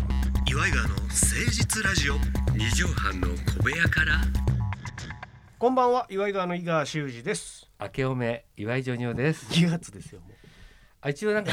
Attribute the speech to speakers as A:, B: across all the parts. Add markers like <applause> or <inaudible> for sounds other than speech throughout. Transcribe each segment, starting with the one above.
A: イガーの誠実ラジオ
B: 二畳半の小部屋から
C: こんばんは、岩井川の井川修司です。
B: 明けおめ岩井ジョニオです
C: 2月ですよ。も
B: あ一応 <laughs> なんか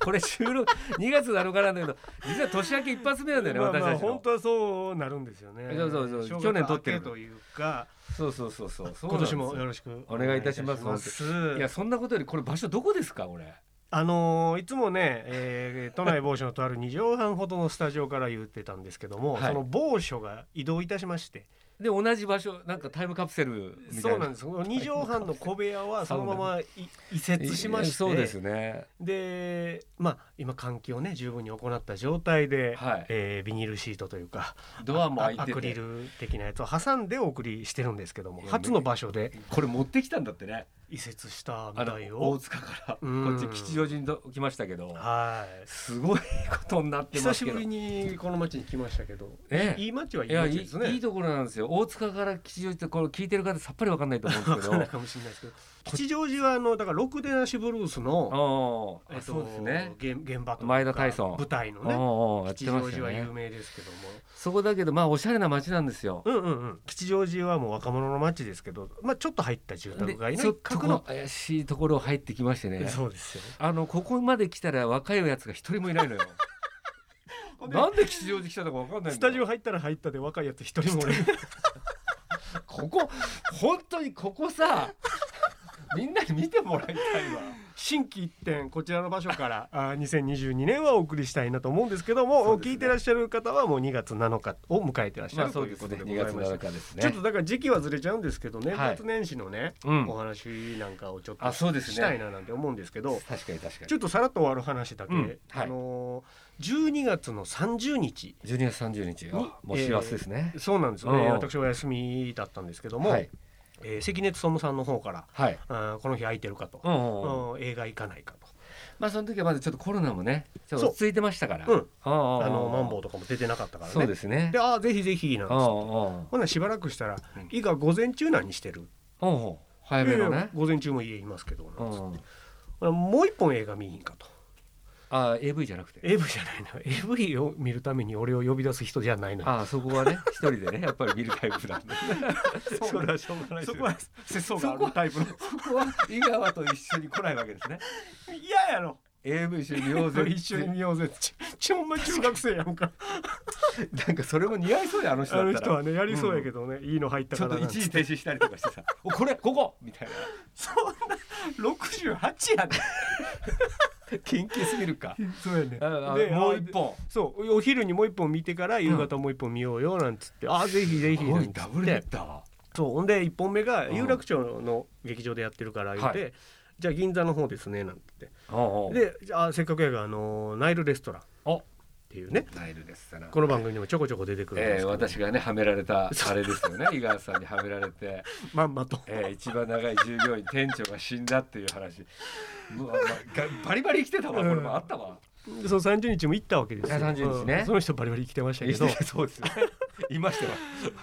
B: これ収録2月7日なんだけど実は年明け一発目なんだ
C: う
B: よね、
C: まあまあ
B: 私たちの
C: 本当はそうなるんですよね。
B: そうそうそう
C: 正月
B: 去年撮ってる
C: 明けというか、
B: そうそうそうそうそうなんで
C: 今
B: す
C: 年
B: よ
C: もよろしく
B: お願いいたします
C: お願いいたします
B: いやそんなことよりこれ場所どこですかこれ
C: あのーいつもね、えー都内某所のとある2畳半ほどのスタジオから言ってたんですけども、
B: はい
C: その某所が移動いたしまして、
B: で同じ場所なんかタイムカプセルみたいな
C: そうなんです。この2畳半の小部屋はそのままい移設しまして、
B: そうですね
C: でまあ今換気をね十分に行った状態で、
B: はい
C: えービニールシートというか
B: ドアも開い
C: あ
B: て
C: アクリ
B: て
C: ル的なやつを挟んでお送りしてるんですけども
B: いや
C: 初の場所で
B: これ持ってきたんだってね
C: 移設したみ
B: あ
C: たい
B: の大
C: よ
B: 塚から
C: う
B: こ
C: ん
B: っち吉祥寺にど来ましたけど
C: はい
B: すごいことになってま
C: 久
B: す
C: し
B: けど
C: ぶりにこの町に来ましたけど
B: ええ
C: いい町はい
B: い
C: い
B: や
C: 町
B: い
C: ですね
B: いいいところなんですよ大塚から吉祥寺ってこれ聞いてる方さっぱりわかんないと思うんで
C: わ
B: すけ
C: か <laughs> ん
B: ど
C: ないかもしれないですけど吉祥寺はあのだからロクデナシブルースの、
B: ああ、
C: えっと
B: そうですね
C: 現現場というか
B: 前田大尊
C: 舞台
B: あ
C: の
B: あ
C: ね
B: ああやって
C: 吉
B: ま
C: 祥
B: す
C: 寺
B: よ
C: は
B: ね
C: 有名ですけども
B: そこだけどまあおしゃれな街なんですよ
C: うんうんうん、吉祥寺はもう若者の街ですけど、まあ、ちょっと入った住宅街
B: で
C: の
B: ちょっ
C: 一
B: とこ
C: 角
B: の
C: の
B: 怪しいところ入ってきましてね
C: そうですよ
B: あのここまで来たら若いやつが一人もいないの
C: <laughs>
B: よなんで吉祥寺来たのかわかんないんだよ
C: スタジオ入ったら入ったで若いやつ一人もおれない
B: ここ本当にここさみんなに見てもらいたいわ
C: 新規一点こちらの場所から <laughs> あー2022年はお送りしたいなと思うんですけども、
B: そうですね
C: 聞いてらっしゃる方はもう2月7日を迎えてらっしゃ
B: ま
C: る、
B: あそうですね
C: と
B: 2
C: いうこ
B: 月
C: とでござい
B: 7
C: ました
B: 日です
C: ちょ
B: ね
C: っとだから時期はずれちゃうんですけどね、
B: はい
C: 年末年始のね、
B: うん
C: お話なんかをちょっと
B: あそうですね
C: したいななんて思うんですけど
B: 確かに確かに
C: ちょっとさらっと終わる話だけ、
B: うんはい
C: あのー、12月の30日
B: 12月30日
C: に
B: あもう幸せですね、
C: そうなんですよね、
B: うんうん
C: 私お休みだったんですけども、
B: はい
C: えー関根勤さんの方から
B: はい
C: あーこの日空いてるかと、
B: うんうんうん
C: うん映画行かないかと、
B: まあその時はまだちょっとコロナもねちょっと落ち着いてましたから
C: そううん
B: ああ
C: あのマンボ
B: ウ
C: ウとかも出てなかったからね
B: そうですね
C: でああぜひぜひなん
B: あ
C: つ
B: あ
C: って
B: あ
C: ほなしばらくしたら
B: うん
C: 「いが午前中なんにしてる」
B: あうんうん早めの
C: いやいや
B: ね
C: 午前中も家いますけど」な
B: うん
C: つって
B: んうん
C: ほなもう一本映画見いひんかと
B: ああ AV じゃなくて
C: AV じゃないな AV を見るために俺を呼び出す人じゃないの
B: ああそこはね一人でねやっぱり見るタイプなんで
C: それはしょうがないですよそこは節操があるタイプの
B: そこは井川と一緒に来ないわけですね
C: 嫌やろ
B: AV 一緒に見ようぜ
C: 一緒に見ようぜちちほんま中学生やんか
B: なんかそれも似合いそうやあの人だ
C: あ
B: った
C: の
B: ら
C: 人はねやりそうやけどね、いいの入った
B: ちょ
C: か
B: っ
C: ら
B: と
C: なん
B: 一時停止したりとかしてさ「おこれここ!」みたい <laughs> な
C: そんな68やね <laughs>
B: 緊急すぎる <laughs> か
C: そうやね
B: ああ
C: で
B: もう
C: あ
B: 一本
C: そうお昼にもう一本見てから夕方もう一本見ようよなんつって、ああぜひぜひ
B: すご
C: なんつ
B: い
C: って
B: ダブルヘッダー
C: そうほんで一本目が
B: うん
C: 有楽町の劇場でやってるから言って、
B: は
C: じゃあ銀座の方ですねなんつって
B: おうおう
C: でじゃあせっかくやからあのナイルレストランっ
B: お
C: ていうね
B: ナイルですから
C: この番組にもちょこちょこ出てくるんで
B: え
C: す
B: ー
C: けど、
B: 私がねはめられたあれです <laughs> よね井川さんにはめられて、
C: まんまと
B: えー一番長い従業員店長が死んだっていう話もう、まあがバリバリ生きてたわこれもあったわ、
C: その30日も行ったわけですよ
B: いや30日ね
C: うんその人バリバリ生きてましたけど
B: <laughs> そうですよねいましたわ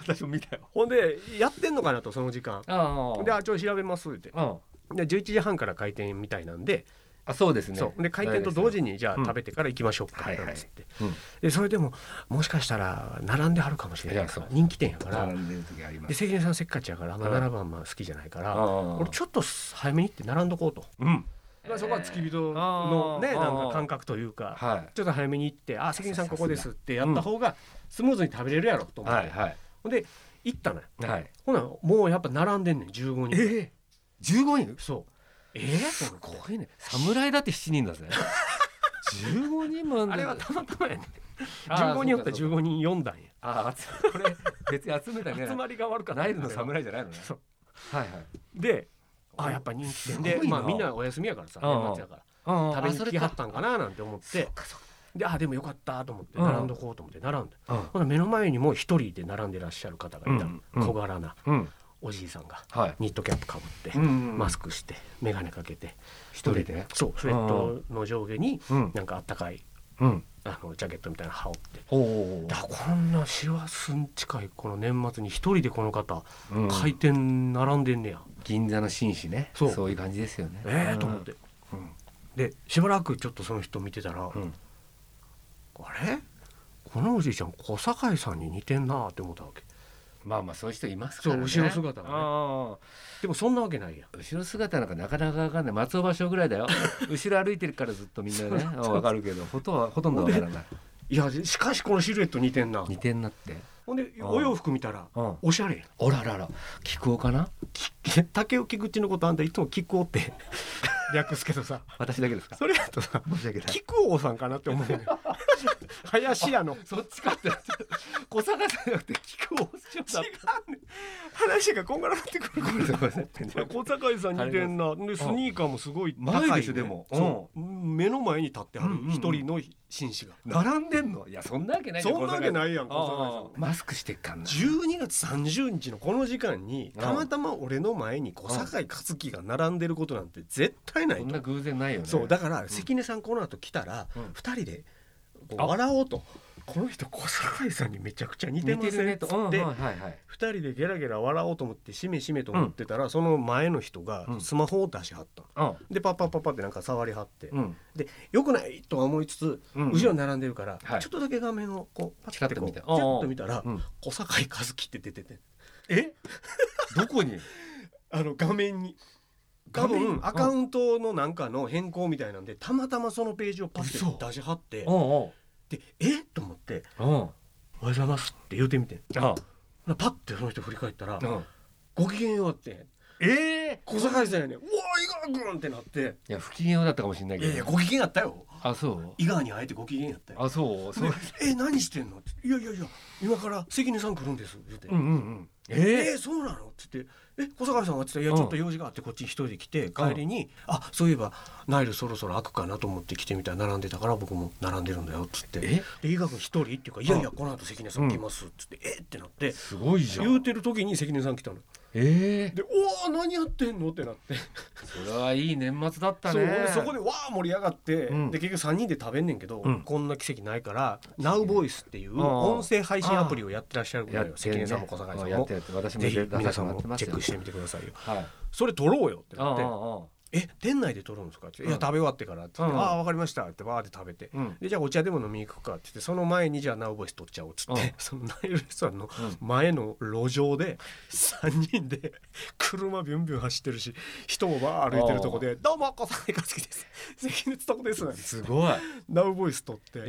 B: 私も見たよ
C: ほんでやってんのかなとその時間
B: あ
C: で「あちょっと調べます」って
B: うん、
C: で11時半から開店みたいなんで,、
B: あそうですね
C: そうで開店と同
B: に
C: 時にじゃあ
B: うん
C: 食べてから行きましょうか
B: はいはい
C: なんつって、
B: うん
C: でそれでももしかしたら並んであるかもしれないから
B: いやそう
C: 人気店やから
B: 並んでる時ありま
C: です関根さんせっかちやから、まあ、
B: うん
C: 並ぶのあんま好きじゃないから、
B: あ
C: 俺ちょっと早めに行って並んどこうと、
B: うん
C: まあそこは付き人の
B: あー
C: ねなんか
B: 覚
C: 感覚というか、
B: は
C: ちょっと早めに行って「あ関根さんここです」ってやった方がスムーズに食べれるやろと
B: い
C: 思って、
B: はいはい
C: ほんで行ったのよ
B: はい
C: ほなもうやっぱ並んでんねん15人
B: え15人
C: そうええ
B: すごいね侍だって7人だぜ15人も
C: あれは
B: た
C: たまたまやね
B: あー
C: 15人おったら
B: そうかそうか
C: 15人読んだんや
B: ああ、集めこれ別に集めたね。
C: 集まりが悪かった
B: ナイルの侍じゃないのね。
C: そう
B: はいはい。
C: であやっぱ人気店です
B: ごいな
C: まあみんなお休みやからさ
B: うんうん
C: 年末やか
B: あ
C: ら食べに来はった
B: ん
C: んかななんて思ってであでもよかったと思って
B: うん
C: 並んどこうと思って並んで
B: か。
C: ほな目の前にもう一人で並んでらっしゃる方がい
B: う
C: たの
B: んうん
C: 小柄な
B: うん。うん。
C: おじいさんが
B: はい。
C: ニットキャップかぶって
B: ん
C: マ
B: まあ
C: スクして眼鏡かけて
B: 一人で。
C: そうスウェットの上下に
B: うん。
C: なんかあったかい
B: うん。
C: あのジャケットみたいなの羽織って
B: おお
C: だ。からこんな師走に近いこの年末に一人でこの方
B: うん
C: 開店並んでんねや、
B: 銀座の紳士ね。
C: そう
B: そういう感じですよね。
C: ええと思って
B: うん。
C: でしばらくちょっとその人見てたら、
B: うん。
C: あれここのおじいちゃん小堺さんに似てんなって思ったわけ
B: まあまあそういう人いますからね
C: そう後ろ姿がね
B: ああ
C: でもそんなわけないや
B: 後ろ姿なんかなかなかわかんない松尾芭蕉ぐらいだ <laughs> よ後ろ歩いてるからずっとみんなねあわかるけどほとんどほとんどわからない
C: いやしかしこのシルエット似てんな
B: 似てんなって
C: ほんで
B: うん
C: お洋服見たら
B: うん
C: おしゃれ
B: おららら聞こうかな
C: き竹内口のことあんたいつも菊男って略すけどさ
B: 私だけですか
C: <laughs> それだとさ
B: 申し訳ない
C: 菊王さんかなって思うのよ <laughs> 林家の
B: そっちかって小坂さんじゃなくて聞こうしようだっ
C: 話がこんがらがってく
B: た
C: る
B: ごめんなさい
C: いや <laughs> 小堺さん似てんなでスニーカーもすごい高い、ね、
B: 前でしょでも
C: そう目の前に立ってあ
B: う
C: る
B: んうんうん
C: 一人の紳士が、
B: 並んでんのいやそんなわけないよ
C: そんなわけないやん
B: 小坂さ
C: 小坂さん
B: ああマスクしてっかんな
C: 12月30日のこの時間にたまたま俺の前に小堺克樹が並んでることなんて絶対ない
B: そ
C: と、
B: んな偶然ないよね
C: そうだから関根さんこの後来たら
B: うん
C: 2人でこう
B: あ
C: 笑おうと、この人小堺さんにめちゃくちゃ似てま
B: 似て
C: せ
B: る
C: ん
B: ね
C: っつ
B: と
C: っ
B: うんはい
C: て
B: はいはい
C: 2人でゲラゲラ笑おうと思ってしめしめと思ってたら、その前の人が
B: うん
C: スマホを出しはったの
B: うん
C: でパッパッパッパってなんか触りはって、
B: うん
C: でよくないとは思いつつ、
B: うん
C: 後ろに並んでるから、
B: はい
C: ちょっとだけ画面をこうパッてこう
B: チ
C: ち
B: ラッと見てああ
C: ょっと見たら
B: うん
C: 「小堺一樹」って出てて
B: え <laughs> どこに
C: あの画面に多分アカウントのなんかの変更みたいなんでたまたまそのページをパッ
B: 嘘
C: て出しはって
B: うんうん
C: でえっと思って
B: うんうん
C: 「おはようございます」って言うてみて
B: あ
C: なパッてその人振り返ったら
B: う
C: 「
B: ん
C: ご機嫌よう」って
B: ええ
C: 「小堺さんやねんうわ伊賀君!」ってなって
B: いや不機嫌だったかもしれな
C: 「
B: い
C: い
B: けど
C: やいやご機嫌やったよ
B: あそう
C: 伊賀に会えてご機嫌やったよ」
B: あそうそう
C: でえ何してんの?」って言って「いやいやいや今から関根さん来るんです」言って「
B: うんうんうん
C: え
B: ええ
C: ーそうなの?」って言って「え小坂さんは?」って言ったら「いや
B: うん
C: ちょっと用事があってこっち一人で来て帰りに、あそういえばナイルそろそろ開くかなと思って来てみたら並んでたから僕も並んでるんだよ」っつって「で
B: え
C: 伊賀君一人?」っていうから「いやいやこの後関根さん来ます」っつって「えっ?」ってなって
B: すごいじゃ
C: 言うんてる時に関根さん来たの。
B: ええ
C: で「おお何やってんの?」ってなって
B: それはいい年末だった
C: そう
B: ね
C: 俺そこでわあ盛り上がって、
B: うん
C: で結局3人で食べんねんけど、
B: うん
C: こんな奇跡ないから、Now Voice っていう
B: ああ
C: 音声配信アプリをやってらっしゃるぐら
B: や
C: い
B: っ
C: よ
B: て
C: 関
B: るね
C: 根さんも小坂さん
B: うんや
C: も
B: ってるやってる私も
C: ぜひ
B: 出させ
C: 皆さ
B: て
C: ん
B: もらっ
C: も
B: てます
C: チェ
B: よ
C: ックしてみてくださいよ
B: はい
C: それ撮ろうよってなって
B: あ
C: 「え店内で撮るんですか?」って言って「いや
B: うん
C: 食べ終わってから」って言って「
B: うん
C: ああ分かりました」ってバーって食べて
B: あうん
C: でじゃあお茶でも飲みに行くかって言ってその前にじゃあナウボイス取っちゃおうっつっ
B: うん
C: て <laughs> そのナイルレストランの前の路上で3人で車ビュンビュン走ってるし人もバー歩いてるとこで「どうも小坂井克樹です関根勤です」なんて
B: すごい
C: ナウボイス取って。
B: え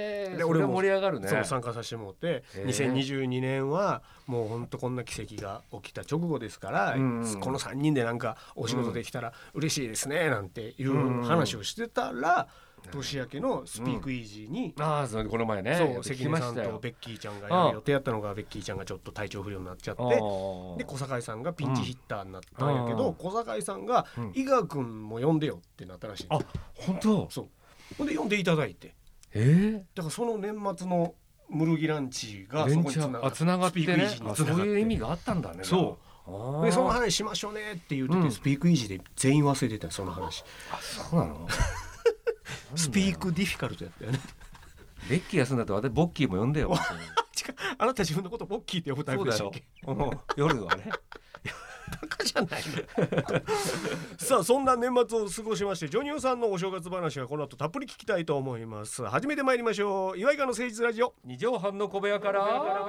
B: え
C: で
B: そ
C: 俺
B: れ
C: も
B: は盛り上がるね
C: そう参加させてもらって
B: へえ
C: 2022年はもうほんとこんな奇跡が起きた直後ですから、
B: うんうん
C: この3人でなんかお仕事できたら嬉しいですねなんていう話をしてたら、年明けの「スピークイージーに、
B: ああそうこの前ね
C: そう
B: やって
C: 関
B: き
C: 根
B: ま
C: さん
B: したよ
C: とベッキーちゃんがやる予定やったのがベッキーちゃんがちょっと体調不良になっちゃって
B: ああ
C: で小堺さんがピンチヒッターになったんやけ
B: うん
C: ど、
B: うん
C: 小堺さんが
B: うん
C: 「伊賀君も呼んでよ」ってなったらしい、
B: あ本当
C: そうほんで呼んでいただいて
B: ええ
C: だからその年末のムルギランチがそ
B: ベ
C: こ
B: ン
C: に
B: チ
C: つ
B: ャ
C: な
B: ー
C: が
B: あつながって
C: スピークイ
B: ね
C: ージー
B: あ
C: に
B: そ
C: つ
B: う
C: ながって
B: いう意味があったんだね
C: そうでその話しましょうねって言ってて、
B: うん
C: スピークイージーで全員忘れてたよその話
B: あそうなの
C: <laughs> スピークディフィカルトやったよね <laughs>
B: ベッキーがすんだったら私ボッキーも呼んでよ
C: 違うあなた自分のことボッキーって呼ぶタイ
B: そう
C: プで
B: だ
C: したっ
B: よ
C: け
B: うん夜はね
C: バカじゃないの <laughs> さあそんな年末を過ごしましてジョニオさんのお正月話はこの後たっぷり聞きたいと思います初めて参りましょう岩井川の誠実ラジオ
B: 二畳半の小部屋から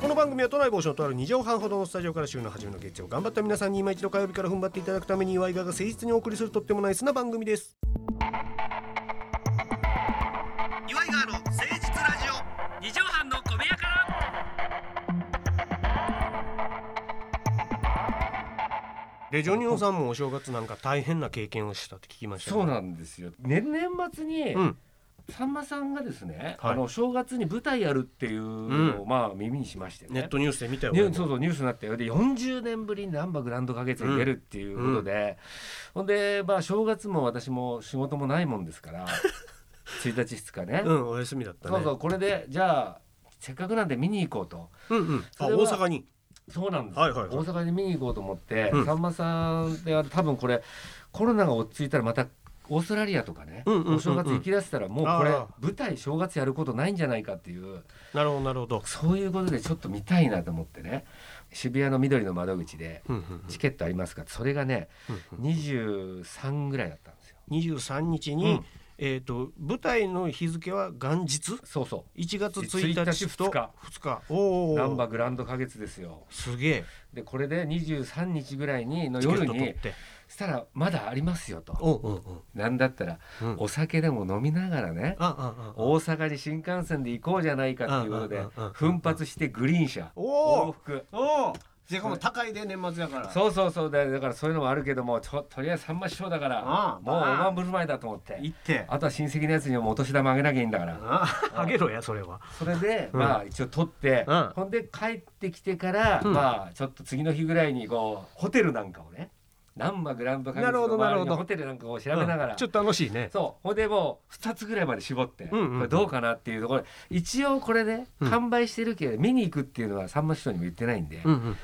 C: この番組は都内某所のとある2畳半ほどのスタジオから週の初めの月曜頑張った皆さんに今一度火曜日から踏ん張っていただくために岩井川が誠実にお送りするとってもナイスな番組です
A: 岩井川の誠実ラジオ
D: 二畳半の小部屋から
C: でジョニオさんもお正月なんか大変な経験をしたって聞きましたね、
B: そうなんですよ年年末に
C: うん
B: さんまさんがですね、
C: はい
B: あの正月に舞台やるっていうのを、まあ耳にしましてね
C: ネットニュースで見たよ
B: ニュ
C: 俺
B: ーそう
C: も
B: そうニュースになったよで40年ぶりに難波グランド花月に出るっていうことで、ほんでまあ正月も私も仕事もないもんです
C: <laughs>
B: から1日2日ね、
C: うんお休みだったね
B: そうそうこれでじゃあせっかくなんで見に行こうと
C: うんうんあ
B: それは
C: 大阪に
B: そうなんです、
C: はいはいはい
B: 大阪に見に行こうと思って、
C: うん
B: さんまさんで多分これコロナが落ち着いたらまたオーストラリアとかね、
C: うんうんうんうん
B: お正月行きだしたらもうこれ
C: あ
B: 舞台正月やることないんじゃないかっていう
C: なるほどなるほど。
B: そういうことでちょっと見たいなと思ってね渋谷の緑の窓口で
C: うんうんうん
B: チケットありますかってそれがね23ぐらいだったんですよ。
C: 23日に、
B: うん
C: えー、と舞台の日付は元日
B: そうそ
C: 1月
B: 1
C: 1日
B: 日
C: と
B: 2日
C: 2日お
B: う
C: お
B: ナンバーグランド花月ですよ
C: すげえ
B: でこれで23日ぐらいにの
C: チケッ
B: 夜
C: ト取っ
B: に
C: て
B: したらまだありますよと
C: おうんうんうん
B: なんだったら
C: うん
B: お酒でも飲みながらね
C: ああああ
B: 大阪に新幹線で行こうじゃないかっていうこと
C: うん
B: で
C: うんうんうん
B: 奮発してグリーン車
C: おー
B: 往復
C: おおしかも高いで年末やから
B: そうそうそうだだからそういうのもあるけどもちょとりあえず三万師匠だから
C: ああ
B: もう
C: まあ
B: 大盤振る舞いだと思って
C: 行って
B: あとは親戚のやつにもお年玉あげなきゃいいんだから
C: ああげろやそれは
B: それで
C: うん
B: まあ一応取って
C: うん
B: ほんで帰ってきてから
C: うん
B: まあちょっと次の日ぐらいにこうホテルなんかをね何万グランド花月の
C: なる
B: 周
C: ほどなるほ
B: り
C: ど
B: のホテルなんかを調べなが
C: う
B: ら
C: んちょっと楽しいね
B: そうほんでもう2つぐらいまで絞って、
C: うんうんうん
B: これどうかなっていうところ一応これね、
C: うん
B: 完売してるけど見に行くっていうのはさんま師匠にも言ってないんで、
C: うんうんうんうん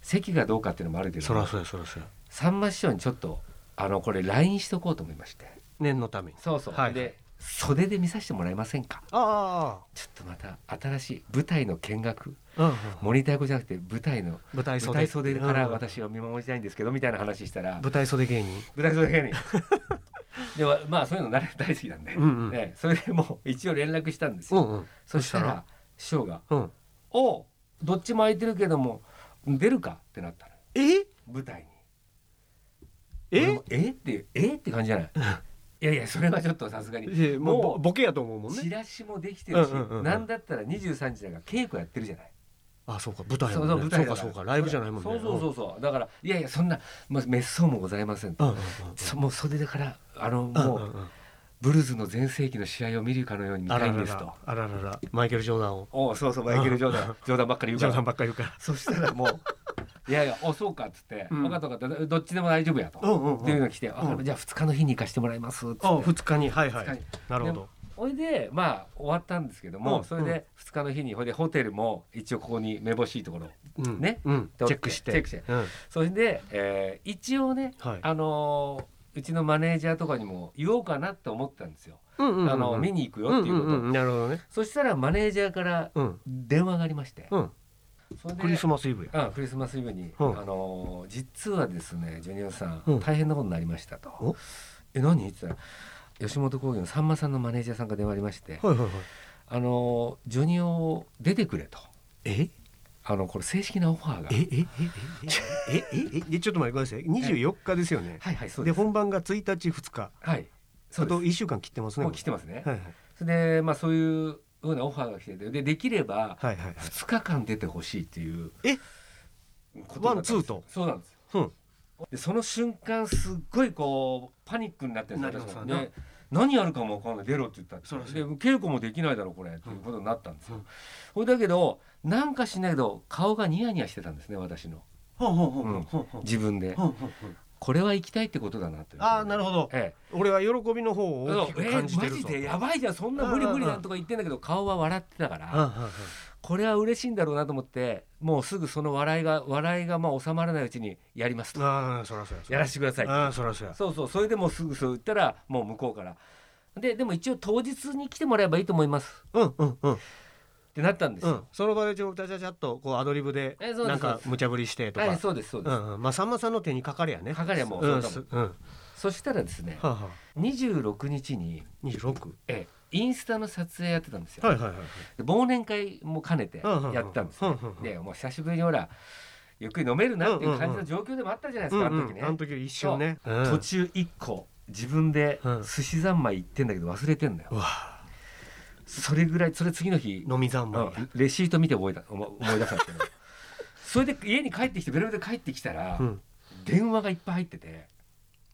B: 席がどうかっていうのもあるけ
C: そら
B: ど
C: そうやそらそうや
B: さんま師匠にちょっとあのこれ LINE しとこうと思いまして
C: 念のために
B: そうそう、
C: はい
B: で袖で見させてもらえませんか
C: あ
B: ちょっとまた新しい舞台の見学
C: あああうんうん
B: モニター越しじゃなくて舞台の
C: 舞台
B: 舞
C: 袖
B: 台袖から
C: うん
B: 私は見守りたいんですけどみたいな話したら
C: 舞台袖芸人
B: 舞台袖芸
C: <laughs>
B: 人でもまあそういうのな大好きなんで、
C: うんうん
B: ね、それでもう一応連絡したんですよ
C: うんうん
B: そした
C: そした
B: ら
C: ら
B: 師匠が
C: うん
B: 「おうどっちも空いてるけども出るか?」ってなったの
C: え
B: 舞台に。俺
C: え
B: もえってえって感じじゃないいやいやそれはちょっとさすがに
C: えもう
B: も
C: ボ
B: う
C: ボケやと思うもん
B: チ
C: ね
B: ラシもできてるし、
C: うんうんうんうん
B: なんだったら23時だから稽古やってるじゃない、
C: あそうか舞台や
B: そ
C: も
B: うんそう
C: ね
B: 舞
C: そ
B: 台だか
C: うか
B: ら
C: そうかライブじゃないもんね
B: そうそうそうそうだからいやいやそんな、まあ、滅相もございませんと、
C: うんうんうん
B: そもう袖だからあの
C: うん
B: もう、
C: うんうん
B: ブルーズの全盛期の試合を見るかのように見
C: あ
B: た
C: ら
B: いん
C: ら
B: ですと
C: らあらららマイケル・ジョーダンを
B: おうそうそうマイケル・ジョーダン冗談ばっかり言う
C: ジ
B: か
C: ョー
B: ら
C: ダンばっかり言うか
B: そしたらもう
C: <laughs>
B: 「いやいやおそうか」っつって「
C: うん
B: 分かった分かったどっちでも大丈夫や」と。
C: らうんうん
B: っていうのが来て「わか
C: う
B: るじゃあ2日の日に行かしてもらいます」っつって
C: あ二日にはいは
B: 二日
C: い
B: に
C: なるほど
B: ほいでまあ終わったんですけども、
C: うん
B: それで2日の日にほいでホテルも一応ここにめぼしいところ
C: うん
B: ね
C: うんチェックして
B: チェックして
C: うん
B: それで、えー一応ね、
C: はい
B: あのーうちのマネージャーとかにも言おうかなって思ったんですよ、
C: うんうんうん
B: あの見に行くよっていうこと、
C: んんんなるほどね
B: そしたらマネージャーから
C: うん
B: 電話がありまして、
C: うん
B: それで
C: クリスマスイブや
B: あクリスマスイブに、
C: うん
B: あのー実はですねジュニオさん、
C: うん
B: 大変なことになりました
C: お
B: と「え何?」って言ったら吉本興業のさんまさんのマネージャーさんが電話ありまして
C: はいはいはい
B: 「あのージュニオ出てくれ」と
C: え
B: あのこれ正式なオファーが
C: ええええええええちょっと待ってください二十四日ですよね
B: はいはいそう
C: で
B: です
C: 本番が一日二日
B: はいそ
C: あ
B: うです
C: と一週間切ってますね
B: もう来てますね、
C: はいはい
B: それでまあそういうようなオファーが来ててでできれば
C: はいはいはい
B: 2日間出てほしいっていう
C: え
B: こと
C: ワ
B: だっ
C: ン
B: た
C: ツーと
B: そうなんですよ
C: うん
B: でその瞬間すっごいこうパニックになってるんですよ
C: なりますわ
B: 私
C: ね
B: もね何やるかもわかんない出ろって言ったって
C: そうらしい
B: で稽古もできないだろうこれっていうことになったんですよ、
C: うん
B: ほいだけどなんかしないけど顔がニヤニヤしてたんですね私の
C: ほうほうほう
B: うん
C: ほうほう
B: 自分で
C: ほうほうほう
B: これは行きたいってことだなという
C: ああなるほど
B: ええ
C: 俺は喜びの方を大きく感じてる
B: えー
C: ぞ
B: マジでやばいじゃんそんな無理無理なんとか言ってんだけど顔は笑ってたか
C: うんうん
B: ら
C: うん
B: これは嬉しいんだろうなと思ってもうすぐその笑いが笑いがまあ収まらないうちにやりますと
C: ああそらそらそ
B: やらせてください
C: ああそらそら
B: そうそうそれでもうすぐそう言ったらもう向こうからででも一応当日に来てもらえばいいと思います
C: うんうんうん
B: ってなったんです
C: う
B: よ、
C: ん、その場でちょっとちゃちゃっとこうアドリブで
B: えそうです
C: なん
B: そう
C: か
B: です
C: 無茶ぶりしてとか、
B: はいそうですそう
C: う
B: です、
C: んうん、まあさんまさんの手にかかりやね
B: かかりゃもう
C: う
B: そうんだ
C: す
B: も
C: うんんは
B: そしたらですね
C: あ、は
B: 26日に
C: あ、26
B: えインスタの撮影やってたんですよ、
C: はいはいはい
B: で忘年会も兼ねてやったんですよ、
C: うんうんうんうん
B: でもう久しぶりにほらゆっくり飲めるなっていう感じの状況でもあったじゃないですか、
C: うんうん
B: あの時ね、
C: あの時一瞬ね、うん
B: 途中一個自分で
C: うん
B: 寿司三昧行ってんだけど忘れてんだよ、
C: うわ
B: それぐらいそれ次の日
C: 飲み三昧
B: うんレシート見て覚えた思思い出したんですけど <laughs> それで家に帰ってきてベロベロで帰ってきたら、
C: うん
B: 電話がいっぱい入ってて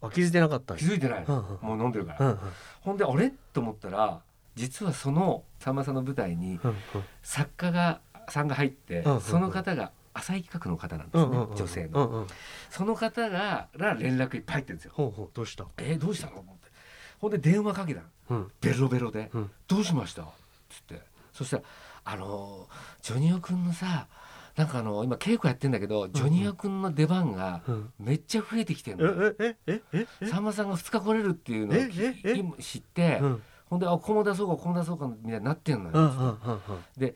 C: あ気づいてなかったん
B: 気
C: や
B: づいてない、
C: うんうん
B: もう飲んでるから、
C: うんうん
B: ほんであれと思ったら実はそのさんまさんの舞台に
C: うん
B: 作家がさんが入って、
C: うんうん
B: その方が浅井企画の方なんですね、
C: うんうんうん
B: 女性の、
C: うんうん
B: その方がら連絡いっぱい入ってるんですよ
C: ほうほうどうした
B: えーどうしたのと思ってほんで電話かけたの
C: うん
B: ベロベロで
C: うん
B: どうしました?」っつってそしたら「あのジョニオ君のさなんかあの今稽古やってんだけどジョニア君の出番が
C: うん
B: めっちゃ増えてきてる
C: え
B: の、
C: ええええ
B: さんまさんが2日来れるっていうのを
C: えええ
B: 今知って、
C: うん
B: ほんであこうも出そうかこうも出そうかみたいになってんのよ、
C: うんうんうんうん
B: で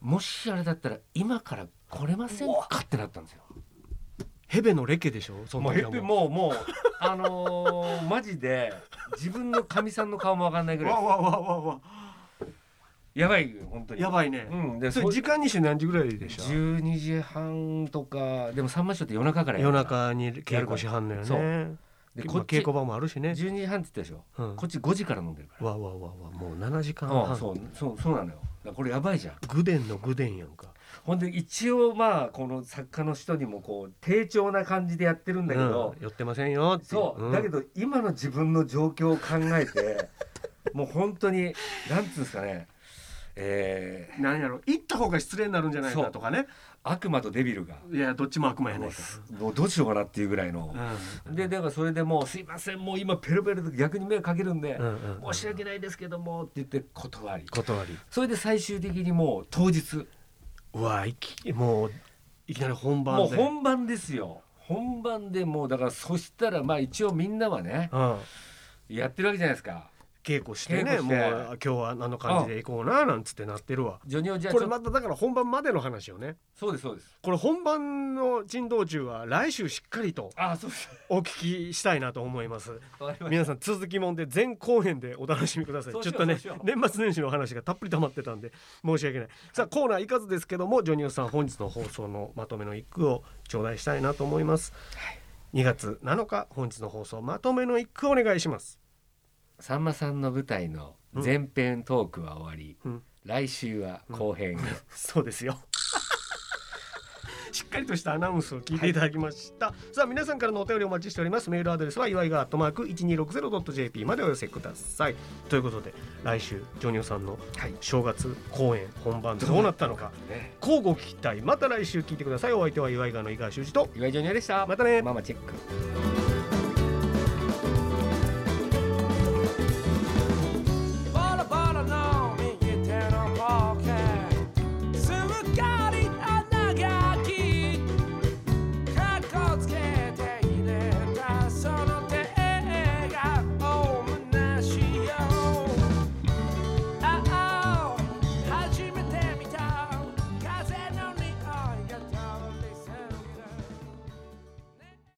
B: もしあれだったら今から来れませんかってなったんですよ。
C: ヘベのレケでしょそん
B: も
C: な
B: う
C: の
B: ヘッピーもうもうあのーマジで自分のかみさんの顔もわかんないぐら
C: わ
B: い
C: わわわわ
B: やばいよ本当に
C: やばいね
B: うんでそ
C: それ
B: れ
C: 時間にして何時ぐらいでした
B: 12時半とかでも三万章って夜中からや
C: 夜
B: るから
C: 中に稽古しはんのよ
B: そう
C: ね
B: で
C: まあ
B: こっち
C: 稽古場もあるしね
B: 12時半って言ったでしょ、
C: うん
B: こっち5時から飲んでるか
C: わわわわもう7時間
B: らああ
C: 半
B: そうそうそうなのよだからこれやばいじゃん
C: グデンのグデンやんか
B: ほんで一応まあこの作家の人にもこう丁重な感じでやってるんだけど、
C: うん寄ってませんよってい
B: そう、
C: ん
B: だけど今の自分の状況を考えて <laughs> もう本当になんつうんですかねえー
C: なんやろ行った方が失礼になるんじゃないかとかね
B: 悪魔とデビルが
C: いやどっちも悪魔や
B: も
C: ね
B: うん
C: か
B: もうどうしようかなっていうぐらいの、
C: ら
B: でだからそれでもう「すいませんもう今ペロペロで逆に迷惑かけるんで、
C: うんうんうん
B: 申し訳ないですけども」って言って断り
C: 断り
B: それで最終的にもう当日
C: うわいきもういきなり本番
B: もう
C: で
B: 本番ですよ本番でもうだからそしたらまあ一応みんなはね
C: うん
B: やってるわけじゃないですか。
C: 稽古してね
B: 稽古
C: も
B: し
C: う
B: て
C: 今日はあの感じで行こうななんつってなってるわ
B: ジョニオじゃあ
C: こ
B: ち
C: れ
B: ょっと
C: まただから本番までの話よね
B: そうですそうです。
C: これ本番の珍道中は来週しっかりと
B: ああそうです。
C: お聞きしたいなと思います
B: わかりました
C: <laughs> 皆さん続きもんで全後編でお楽しみくださいちょ
B: そうし
C: っ
B: よう
C: とね
B: そうしよう
C: 年末年始の話がたっぷり溜まってたんで申し訳ないさあコーナーいかずですけどもジョニオさん本日の放送のまとめの一句を頂戴したいなと思います、2月7日本日の放送まとめの一句お願いします
B: さんまさんの舞台の前編トークは終わり、
C: うん
B: 来週は後編へ、
C: そうですよ <laughs> しっかりとしたアナウンスを聞いていただきました、さあ皆さんからのお便りお待ちしておりますメールアドレスは祝いがアットマーク 1260.jp までお寄せくださいということで来週ジョニオさんの正月公演本番どうなったのか
B: ね
C: 交互期待また来週聞いてくださいお相手は祝いがの井川修司と
B: 岩井ジョニオでした
C: またね
B: ママチェック